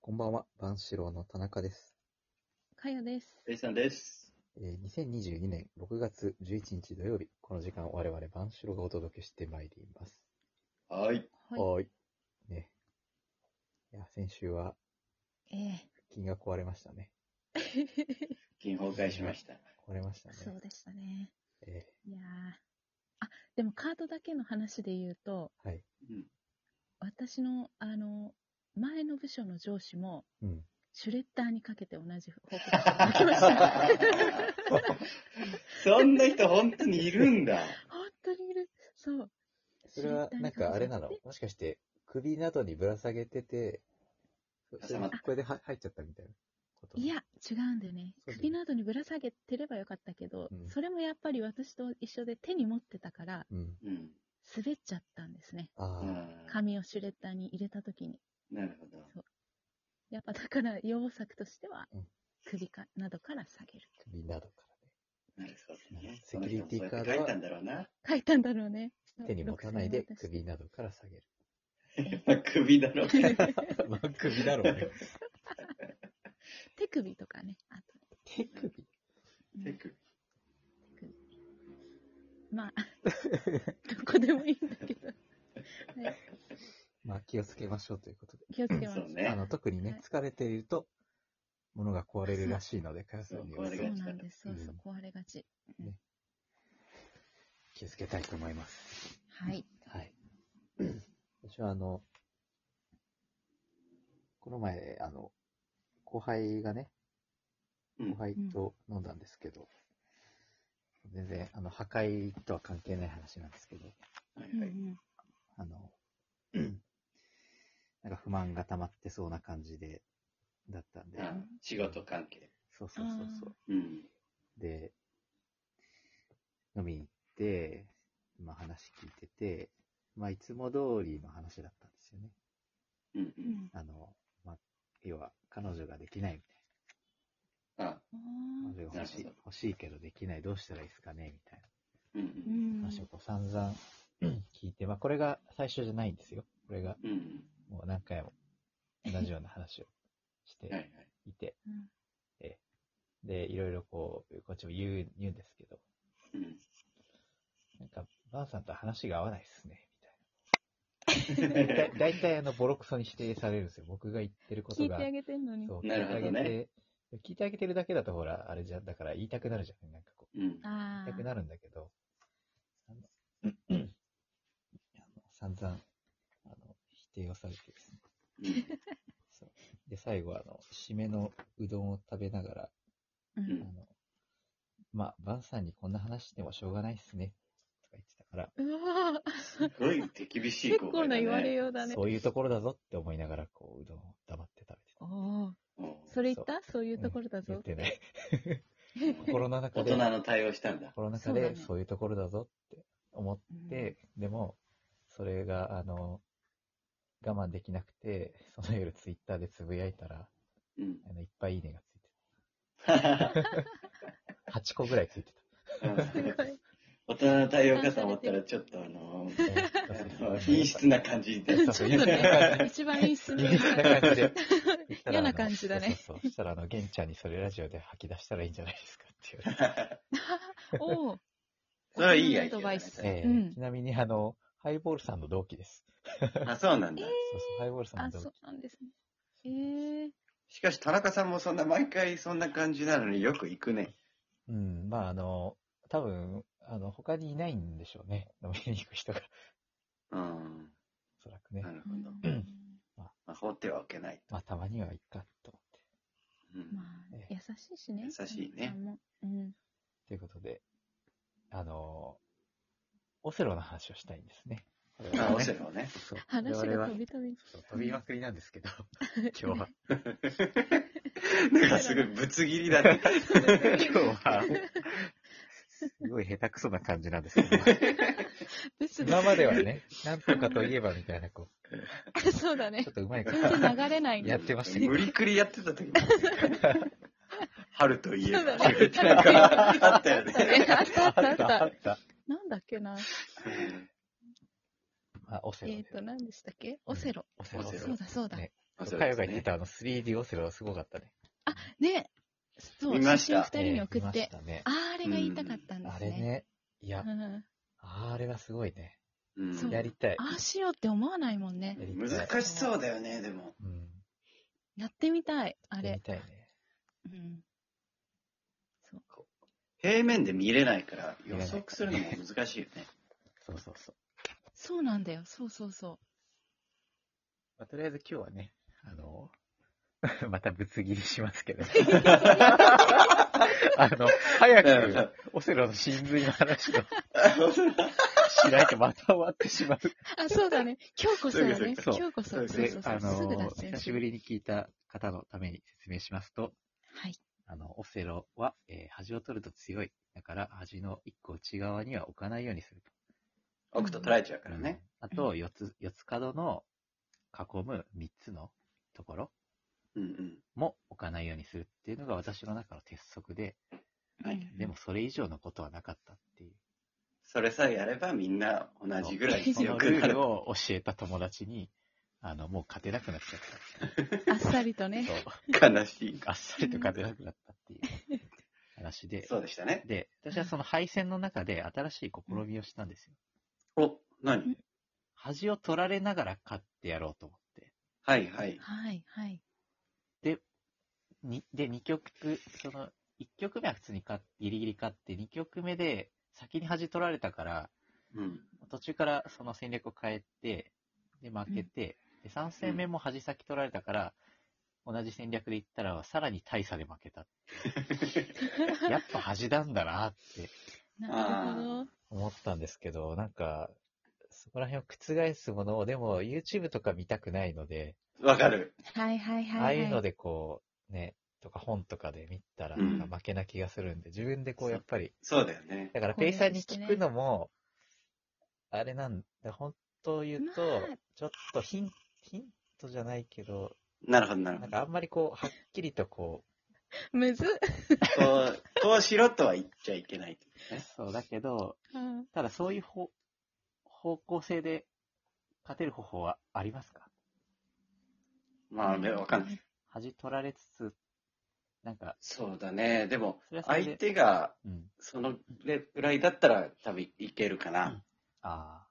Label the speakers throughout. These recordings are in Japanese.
Speaker 1: こんばんは、万志郎の田中です。
Speaker 2: かよです。
Speaker 3: レイさんです。
Speaker 1: えー2022年6月11日土曜日、この時間我々万志郎がお届けしてまいります。
Speaker 3: はい。
Speaker 2: は。
Speaker 1: ーい。ね。いや、先週はい
Speaker 2: え
Speaker 1: 金が壊れましたね。
Speaker 3: 金崩壊しました。
Speaker 1: 壊れました
Speaker 2: え、そ
Speaker 1: ね。
Speaker 2: うでしたね。
Speaker 1: え
Speaker 2: いやーあ、でもカードだけの話で言うと、
Speaker 1: ーはい。
Speaker 3: うん。
Speaker 2: 私の、あの、前の部署の上司も、
Speaker 1: うん。
Speaker 2: シュレッダーにかけて同じ報告書を 書きました。
Speaker 3: そんな人本当にいるんだ。
Speaker 2: 本当にいる。そう。
Speaker 1: それは、なんかあれなの
Speaker 2: シュレッ
Speaker 1: もしかして、首などにぶら下げてて、そそれ
Speaker 3: 挟まっ
Speaker 1: これでは入っちゃったみたいなこと
Speaker 2: ダーにかけていや、違うんだよね。
Speaker 1: そうだよね
Speaker 2: 首などにぶら下げてればよかったけど、
Speaker 1: うん
Speaker 2: それもやっぱり私と一緒で手に持ってたから、
Speaker 1: うん。
Speaker 3: うん。
Speaker 2: 滑っちゃったんですね。
Speaker 1: あ
Speaker 3: う
Speaker 1: あ、
Speaker 3: ん
Speaker 2: 紙をシュレッダーに入れた時に。
Speaker 3: なるほど。
Speaker 2: やっぱだから予防策としては
Speaker 1: うん、
Speaker 2: 首かなどから下げると。
Speaker 1: 首などから
Speaker 3: なるほどね。
Speaker 1: セキュリティ
Speaker 3: その人もそうやっ
Speaker 1: カードは
Speaker 3: て書いたんだろうな。
Speaker 2: 書いたんだろうね。
Speaker 1: ね。手に持たないで
Speaker 2: 6000
Speaker 1: 首などから下げる。
Speaker 3: まあ、首だろうね。
Speaker 1: まあ首だろうね。
Speaker 2: 手首とかね。あと
Speaker 1: 手首
Speaker 2: うん
Speaker 3: 手首
Speaker 2: まあ、 どこでもいいんだ けど。はい
Speaker 1: まあ気をつけましょうということで。
Speaker 2: 気をつけます。
Speaker 3: そう
Speaker 1: あ
Speaker 3: ね。
Speaker 1: の特にね、
Speaker 2: はい
Speaker 1: 疲れていると、物が壊れるらしいの で、かよさんには
Speaker 3: そ
Speaker 2: そうう
Speaker 3: 壊れがち
Speaker 2: なんです。そうそう
Speaker 1: う、
Speaker 2: 壊れがち。
Speaker 1: 気をつけたいと思います。
Speaker 2: はい。
Speaker 1: はい。私はあの、この前、あの、後輩がね、
Speaker 3: うん
Speaker 1: 後輩と飲んだんですけど、全然、あの、破壊とは関係ない話なんですけど、
Speaker 3: はい
Speaker 2: うんう
Speaker 3: はい
Speaker 2: ん
Speaker 1: あの、なんか不満が溜まってそうな感じで、だったんで、
Speaker 3: あ仕事関係。
Speaker 1: そうそうそうそう。
Speaker 3: うん。
Speaker 1: で、飲みに行って、まあ話聞いてて、まあいつも通りの話だったんですよね。
Speaker 3: うんう。
Speaker 2: うんん
Speaker 1: あの、まあ、要は彼女ができないみたい
Speaker 3: あ、
Speaker 1: な。
Speaker 2: あ
Speaker 1: 彼
Speaker 2: ー
Speaker 1: 女が欲しい
Speaker 3: なる
Speaker 1: 欲しいけどできない、どうしたらいいですかねみたい
Speaker 3: うんう。
Speaker 2: うんん
Speaker 1: な話をこう散々聞いて、まあこれが最初じゃないんですよ。これが
Speaker 3: うん
Speaker 1: もう何回も同じような話をし
Speaker 3: うん。はいは
Speaker 1: て
Speaker 3: い。
Speaker 1: いて、
Speaker 2: うん
Speaker 1: で、いろいろこう、こっちも言う、言うんですけど、
Speaker 3: うん。
Speaker 1: なんか、ばあさんと話が合わないですね、みたいな。だだいたいあの、ボロクソに否定されるんですよ。僕が言ってるこ
Speaker 2: 聞
Speaker 1: と
Speaker 2: いて
Speaker 1: が。
Speaker 2: あげてんのに。
Speaker 1: そう、聞い
Speaker 3: な
Speaker 1: て
Speaker 3: るほ
Speaker 1: あ
Speaker 3: どね
Speaker 1: げて、聞いてあげてるだけだとほら、あれじゃ、だから言いたくなるじゃん。なんかこう、
Speaker 3: うん。
Speaker 2: あ
Speaker 1: 言いたく
Speaker 2: あ。
Speaker 1: なるんだけど、あの、うんあの散々、あの、否定をされてですね。
Speaker 3: うん
Speaker 1: そう。で、最後、あの、締めのうどんを食べながら、あ
Speaker 2: うん
Speaker 1: の、まあ、ばあさんにこんな話してもしょうがないっすね、とか言ってたから、
Speaker 2: うわー
Speaker 3: すごい手厳しい
Speaker 2: 結
Speaker 3: 後
Speaker 2: 構
Speaker 3: 輩
Speaker 2: な
Speaker 3: だね
Speaker 2: 言われようだね。
Speaker 1: そういうところだぞって思いながら、こう、うどんを黙って食べてた。
Speaker 2: おー
Speaker 3: うん
Speaker 2: それ言ったそういうところだ
Speaker 1: 言っ
Speaker 2: ぞ。
Speaker 1: てない。心の中
Speaker 3: 大
Speaker 1: で
Speaker 3: 人、の対応したんだ。
Speaker 1: 心の中
Speaker 2: そうだ
Speaker 1: で
Speaker 2: ね
Speaker 1: そういうところだぞって思って、でも、それが、あの、我慢できなくて、その夜ツイッターでつぶやいたら、
Speaker 3: うん。
Speaker 1: あの、いっぱいいいねがついて
Speaker 3: うん
Speaker 1: た。8個ぐらいついて
Speaker 2: すごい。
Speaker 3: 大人の対応かと思ったら、ちょっとあの、
Speaker 1: た。
Speaker 3: あの品質な感じで。
Speaker 1: そう
Speaker 2: ち
Speaker 1: そ
Speaker 2: ょ
Speaker 1: う
Speaker 2: っ とね、一番いい質問
Speaker 1: みたいな感じ で。
Speaker 2: 嫌な感じだね
Speaker 1: そうそうそう。そしたら、あの、玄ちゃんにそれラジオで吐き出したらいいんじゃないですかって言われて。
Speaker 2: おお。
Speaker 3: それはいいア
Speaker 2: ア
Speaker 3: イデ
Speaker 2: ド
Speaker 3: アだ
Speaker 2: バ
Speaker 3: ね
Speaker 2: イス。
Speaker 1: ええ
Speaker 2: うん
Speaker 1: ちなみに、あの、ハイボールさんの同期です。
Speaker 3: あ、そうなんだ。
Speaker 1: そうそう、ハイボールさん
Speaker 2: あ、
Speaker 1: の同期
Speaker 2: そう。なんですね。ええ
Speaker 3: しかし、田中さんもそんな毎回そんな感じなのによく行くね。
Speaker 1: うん、まあ、あの、多分、あの、他にいないんでしょうね。飲みに行く人が、
Speaker 3: うん。
Speaker 1: おそらくね
Speaker 3: な。るほど。
Speaker 2: うん
Speaker 3: まあ、放ってはおけないと。
Speaker 1: まあ、たまにはいっか、と思って。
Speaker 3: うん
Speaker 2: まあ、優しいしね。
Speaker 3: 優しいね
Speaker 2: あの。うん。
Speaker 1: ということで、あの、オセロの話をしたいんですね。
Speaker 3: まあ、オセロをね。
Speaker 1: そう
Speaker 2: 話
Speaker 1: 我々
Speaker 2: が
Speaker 1: は
Speaker 2: 飛び飛び。
Speaker 1: そう飛びまくりなん ですけど、今日は。
Speaker 3: なんかすごいぶつ切りだね。今日は。
Speaker 1: すごい下手くそな感じなんですけど。
Speaker 2: ですね
Speaker 1: 今まではね、なんとかといえばみたいな、こ
Speaker 2: そうだ
Speaker 1: う、
Speaker 2: ね
Speaker 1: ちょ。っとう まいこと。
Speaker 2: 全然流れないんだ
Speaker 1: やってました
Speaker 3: 無理くりやってた 時も。春といえば。
Speaker 2: そうだね
Speaker 3: なんか、 あったよね。
Speaker 2: えあったあったあっ
Speaker 1: あ
Speaker 2: た
Speaker 1: っ。た。
Speaker 2: なんだっけな。
Speaker 1: まあ、オセロ
Speaker 2: え
Speaker 1: で
Speaker 2: っと、何でしたっけオセロ。
Speaker 1: オセロ。
Speaker 3: オセ
Speaker 2: そ
Speaker 3: ロ
Speaker 2: うだそうだ
Speaker 1: ね。
Speaker 3: あそう
Speaker 1: か
Speaker 3: で
Speaker 1: よ
Speaker 3: す
Speaker 1: が言ってた
Speaker 3: ね。
Speaker 1: あの 3D オセロすごかったね。
Speaker 2: ね、そう、
Speaker 3: 見ま
Speaker 2: 写
Speaker 3: した
Speaker 2: 真二人に送
Speaker 1: ええ
Speaker 2: っ。
Speaker 1: 見ましてたね。
Speaker 2: あーあれが言いたかったんで
Speaker 1: あ
Speaker 2: す
Speaker 1: れ
Speaker 2: ね。
Speaker 1: ね。いや、
Speaker 2: うん
Speaker 1: あれはすごいね。
Speaker 3: うん
Speaker 2: そう
Speaker 1: やりたい。
Speaker 2: ああしようって思わないもんね。
Speaker 1: やりたい
Speaker 3: 難しそうだよね、でも。
Speaker 1: うん。
Speaker 2: やってみたい、あ
Speaker 1: あれ。
Speaker 2: れ
Speaker 1: み。たいね。
Speaker 2: うん。そう。
Speaker 3: 平面で見れないから予測するのも難しいよね。
Speaker 1: そうそうそう。
Speaker 2: そうなんだよ。そうそうそ
Speaker 1: まあ、とりあえず今日はね、あの、 またぶつ切りします けど。あの、早く、オセロの真髄の話を しないとまた終わってしまう。
Speaker 2: う。 あ、そうだね。今日こそだね。
Speaker 1: そう
Speaker 2: 今日こそ。そうそう
Speaker 1: で
Speaker 2: そう。、
Speaker 1: あ
Speaker 2: すぐ
Speaker 1: の、
Speaker 2: 脱線
Speaker 1: 久しぶりに聞いた方のために説明しますと、
Speaker 2: はい。
Speaker 1: あの、オセロは、えー端を取ると強い。だから、端の一個内側には置かないようにすると。
Speaker 3: 奥と捉えちゃうからね。
Speaker 1: あと、四つ、四つ角の囲む三つのところ
Speaker 3: うんうん。
Speaker 1: も置かないようにするっていうのが私の中の鉄則で、
Speaker 3: はい
Speaker 2: うん
Speaker 1: でもそれ以上のことはなかったっていう。
Speaker 3: それさえやればみんな同じぐらい
Speaker 1: そ
Speaker 3: 強
Speaker 1: の
Speaker 3: く
Speaker 1: ル
Speaker 3: な
Speaker 1: ー
Speaker 3: る
Speaker 1: ル。を教えた友達に、あの、もう勝てなくなっちゃっ
Speaker 2: あっさりと
Speaker 1: た。
Speaker 2: ね。
Speaker 1: そう。
Speaker 3: 悲しい。
Speaker 1: あっさりと勝てなくなったっていう話で。
Speaker 3: そうでしたね。
Speaker 1: で、私はその敗戦の中で新しい試みをしたんですよ。
Speaker 3: お、何
Speaker 1: 恥を取られながら勝ってやろうと思って。
Speaker 3: はいはい。
Speaker 2: はい、はい。
Speaker 1: にで、2曲、その、1曲目は普通に勝っギリギリ勝って、2曲目で先に恥取られたから、
Speaker 3: うん。
Speaker 1: 途中からその戦略を変えて、で、負けて、で、3戦目も恥先取られたから、同じ戦略でいったら、さらに大差で負けた。やっぱ恥なんだなって
Speaker 2: なるほど。
Speaker 1: 思ったんですけど、なんか、そこら辺を覆すものを、でも YouTube とか見たくないので、
Speaker 3: わかる。
Speaker 2: はい、はい、はい。
Speaker 1: ああいうの
Speaker 2: で。
Speaker 1: でこう、ね、とか本とかで見たら、
Speaker 3: うん
Speaker 1: なんか負けな気がするんで、自分でこう
Speaker 3: そう
Speaker 1: やっぱり、
Speaker 3: そうだよね。
Speaker 1: だから
Speaker 2: 攻
Speaker 1: ペ
Speaker 2: 略
Speaker 1: イさんに
Speaker 2: してね
Speaker 1: 聞くのも、あれなんだ、本当言うと、
Speaker 2: まあ
Speaker 1: ちょっとヒンヒントじゃないけど、
Speaker 3: なるほどなる
Speaker 1: な
Speaker 3: ほ
Speaker 1: んかあんまりこう、はっきりとこ
Speaker 2: むずっ。
Speaker 3: ど。こう、こうしろとは言っちゃいけない。
Speaker 1: う、そうだけど、
Speaker 2: うん
Speaker 1: ただそういう方方向性で勝てる方法はありますか
Speaker 3: まあ、ねわかんない。
Speaker 2: い。
Speaker 1: 恥取られつつ、なんか、
Speaker 3: そうだね。でも
Speaker 1: それは、それで
Speaker 3: 相手が
Speaker 1: うん、
Speaker 3: そのぐらいだったら多分いけるかな。
Speaker 1: あ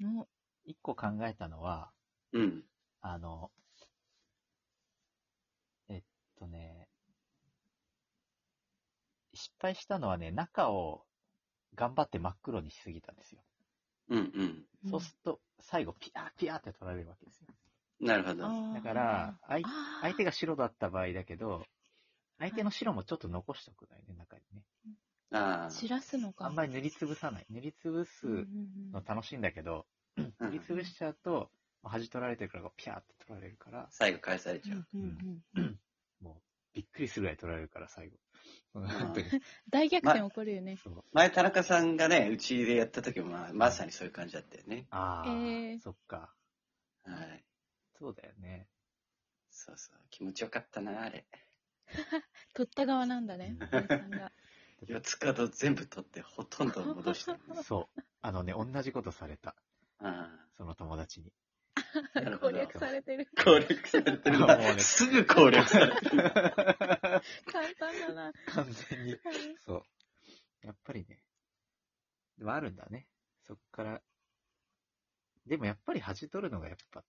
Speaker 1: あ、
Speaker 2: の
Speaker 1: 一個考えたのは、
Speaker 3: うん。
Speaker 1: あの、えっとね、失敗したのはね、中を頑張って真っ黒にしすぎたんですよ。
Speaker 3: うん
Speaker 1: そうすると、最後、ピヤーピヤーって取られるわけですよ。
Speaker 3: うん。なるほど。
Speaker 1: だから、、相相手
Speaker 2: が、
Speaker 1: が白だった場合だけど、相手の白もちょっと残しとくのよね、中にね。
Speaker 3: ああ。
Speaker 2: 知らすのか。
Speaker 1: あんまり塗りつぶさない。塗りつぶす
Speaker 2: うんうんうん
Speaker 1: の楽しいんだけど、塗りつぶしちゃうと、まあ端取られてるから、ピヤーって取られるから、
Speaker 3: 最後返されちゃう。
Speaker 2: うんうんうん
Speaker 1: もう、びっくりするぐらい取られるから、最後。
Speaker 3: ん
Speaker 2: 大逆転起こるよね。
Speaker 1: そう。
Speaker 3: 前、田中さんがね、うちでやった時も、まあまさにそういう感じだったよね。
Speaker 1: ああ、
Speaker 2: えー
Speaker 1: そっか。
Speaker 3: はい。
Speaker 1: そうだよね。
Speaker 3: そうそう。気持ちよかったな、あれ。
Speaker 2: 取った側なんだね。お姉さ んが
Speaker 3: 四つ角全部取って、ほとんど戻した。
Speaker 1: そう。あのね、同じことされた。
Speaker 3: あ
Speaker 1: その友達に。
Speaker 3: あ。なる
Speaker 2: 攻
Speaker 3: ほど。
Speaker 2: 略されてる。
Speaker 3: 攻略されて る
Speaker 1: もう
Speaker 3: な。
Speaker 1: ね
Speaker 3: すぐ攻略されてる。
Speaker 2: 簡単だな。
Speaker 1: 完全に。そう。やっぱりね。でもあるんだね。そっから。でもやっぱり恥取るのがやっぱ、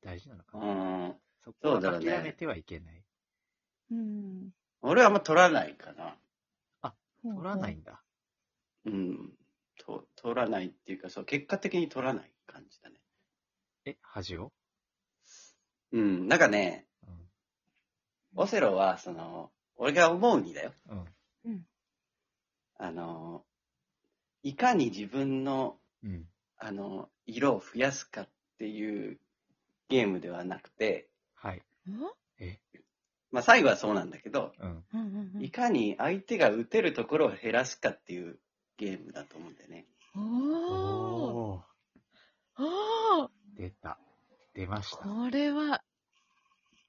Speaker 1: 大事なのか
Speaker 3: う
Speaker 1: な。
Speaker 3: ん。
Speaker 1: そこは
Speaker 3: そうだろう
Speaker 1: 諦
Speaker 3: ね
Speaker 1: めてはいけない。
Speaker 2: うん。
Speaker 3: 俺はあんま取らないかな。
Speaker 1: 取らないんだ。
Speaker 3: うん。と取らないっていうか、そう、結果的に取らない感じだね。
Speaker 1: え、恥を
Speaker 3: うん。なんかね、
Speaker 1: うん。
Speaker 3: オセロは、その、俺が思うにだよ。
Speaker 1: うん。
Speaker 3: あの、いかに自分の、
Speaker 1: うん。
Speaker 3: あの、色を増やすかっていうゲームではなくて、
Speaker 1: はい。
Speaker 3: まあ最後はそうなんだけど、
Speaker 1: うん。
Speaker 2: うんうんうん
Speaker 3: いかに相手が打てるところを減らすかっていうゲームだと思うんだよね。
Speaker 2: おー
Speaker 1: おー。
Speaker 2: おー
Speaker 1: 出た。出ました。
Speaker 2: これは、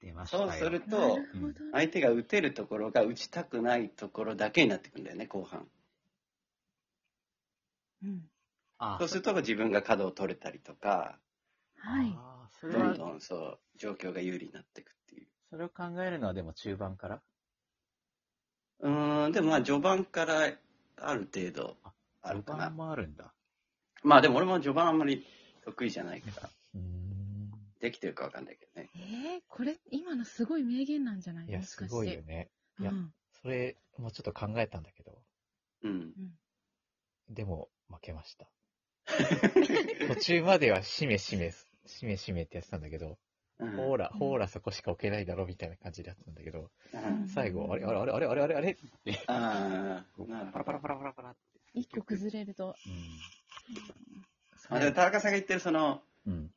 Speaker 1: 出ましたよ。
Speaker 3: そうする
Speaker 2: なるほ
Speaker 3: と、
Speaker 2: どね。
Speaker 3: 相手が打てるところが打ちたくないところだけになってくんだよね、後半。
Speaker 2: うん
Speaker 1: あー
Speaker 3: そうすると自分が角を取れたりとか、
Speaker 2: はい。
Speaker 1: ああ、それ
Speaker 3: どん
Speaker 1: は、
Speaker 3: どんそう、状況が有利になっていくっていう。
Speaker 1: それを考えるのはでも中盤から
Speaker 3: うーん、でもまあ序盤からある程度ある
Speaker 1: 序
Speaker 3: かな
Speaker 1: 盤。もあるんだ。
Speaker 3: まあでも俺も序盤あんまり得意じゃないから、
Speaker 1: うーん。
Speaker 3: できてるかわかんないけどね。
Speaker 2: えー、これ、今のすごい名言なんじゃない
Speaker 1: いや、
Speaker 2: もし
Speaker 1: す
Speaker 2: かして
Speaker 1: ごいよね。いや
Speaker 2: うん
Speaker 1: それ、もうちょっと考えたんだけど、
Speaker 3: うん。
Speaker 1: でも負けました。途中まではしめしめ、しめしめってやってたんだけど、
Speaker 3: うん
Speaker 1: ほーら、
Speaker 2: うん
Speaker 1: ほーらそこしか置けないだろみたいな感じでやってたんだけど、
Speaker 3: うん
Speaker 1: 最後、あれあれあれあれあれあれあれ
Speaker 3: ああ、なる
Speaker 1: パ
Speaker 3: ほ
Speaker 1: ラパラ
Speaker 3: ど。
Speaker 1: パラパラパラって。
Speaker 2: 一個崩れると、
Speaker 3: まあでも田中さんが言ってるその、
Speaker 1: うん。うん。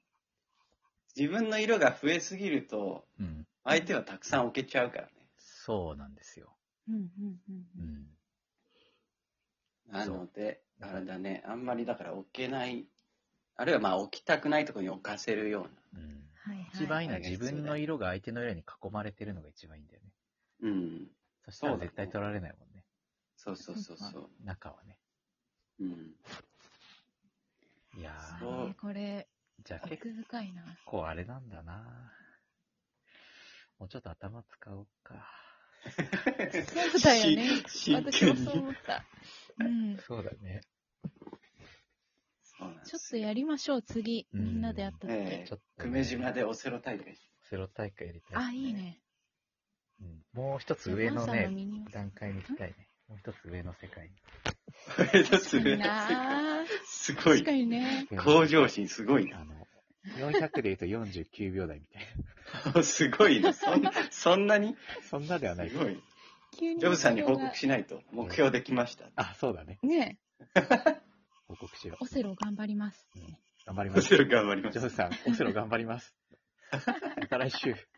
Speaker 3: 自分の色が増えすぎると、
Speaker 1: うん。
Speaker 3: 相手はたくさん置けちゃうからね。
Speaker 1: そうなんですよ。
Speaker 2: うんうんうん
Speaker 1: う
Speaker 2: うん
Speaker 1: ん。
Speaker 3: なので、
Speaker 1: そう
Speaker 3: あれだね、あんまりだから置けない、あるいはまあ置きたくないところに置かせるよ
Speaker 1: うん。
Speaker 2: はいはい
Speaker 1: 一番いいのは
Speaker 3: はい
Speaker 1: 自分の色が相手の色に囲まれてるのが一番いいんだよね。
Speaker 3: うな。うん。
Speaker 1: そしたら
Speaker 3: そうだね
Speaker 1: 絶対取られないもんね。
Speaker 3: そうそうそうそう。
Speaker 1: 中はね。
Speaker 3: うん。
Speaker 1: いや
Speaker 3: そ
Speaker 1: ー
Speaker 3: う、
Speaker 2: あれこれ、
Speaker 1: じゃあ結
Speaker 2: 奥深いな。
Speaker 1: 構あれなんだなもうちょっと頭使おうか。
Speaker 2: そうだよね。
Speaker 3: 真
Speaker 2: 私
Speaker 3: 剣
Speaker 2: も
Speaker 3: に
Speaker 2: そう思った。うん。
Speaker 1: そうだね。
Speaker 3: そうなんです
Speaker 2: ちょ
Speaker 3: よ
Speaker 2: っとやりましょう、次。
Speaker 1: うん
Speaker 2: みんなでやった時。
Speaker 3: ええ
Speaker 1: ちょっと、
Speaker 3: 久米島。でオセロ大会。
Speaker 1: セロ大会やりたい。
Speaker 2: あ、いいね。
Speaker 1: うんもう一つ上の
Speaker 2: ジャパンさん
Speaker 1: ね
Speaker 2: の、ミニ オン
Speaker 1: 段階に行きたいね。もう一つ上の世界に。
Speaker 3: す
Speaker 2: いいなあ
Speaker 3: すご
Speaker 2: 確
Speaker 3: い
Speaker 2: か。にね。
Speaker 3: 向上心すごい
Speaker 1: あの、400で言うと49秒台みたい
Speaker 3: な。 すごいな。そんそんなに
Speaker 1: な。 そんなではない
Speaker 3: す。ごい。
Speaker 2: 急に。
Speaker 3: ジョブさんに報告しないと、目標できました。
Speaker 1: あ、そうだね。
Speaker 2: ね
Speaker 1: 報告しよ
Speaker 2: オセロ頑張ります。
Speaker 1: う。頑張り
Speaker 3: オ
Speaker 1: ます
Speaker 3: セ。ロ頑張りま
Speaker 1: ジ
Speaker 3: す
Speaker 1: ョブ。さん、オセロ頑張ります。また来週。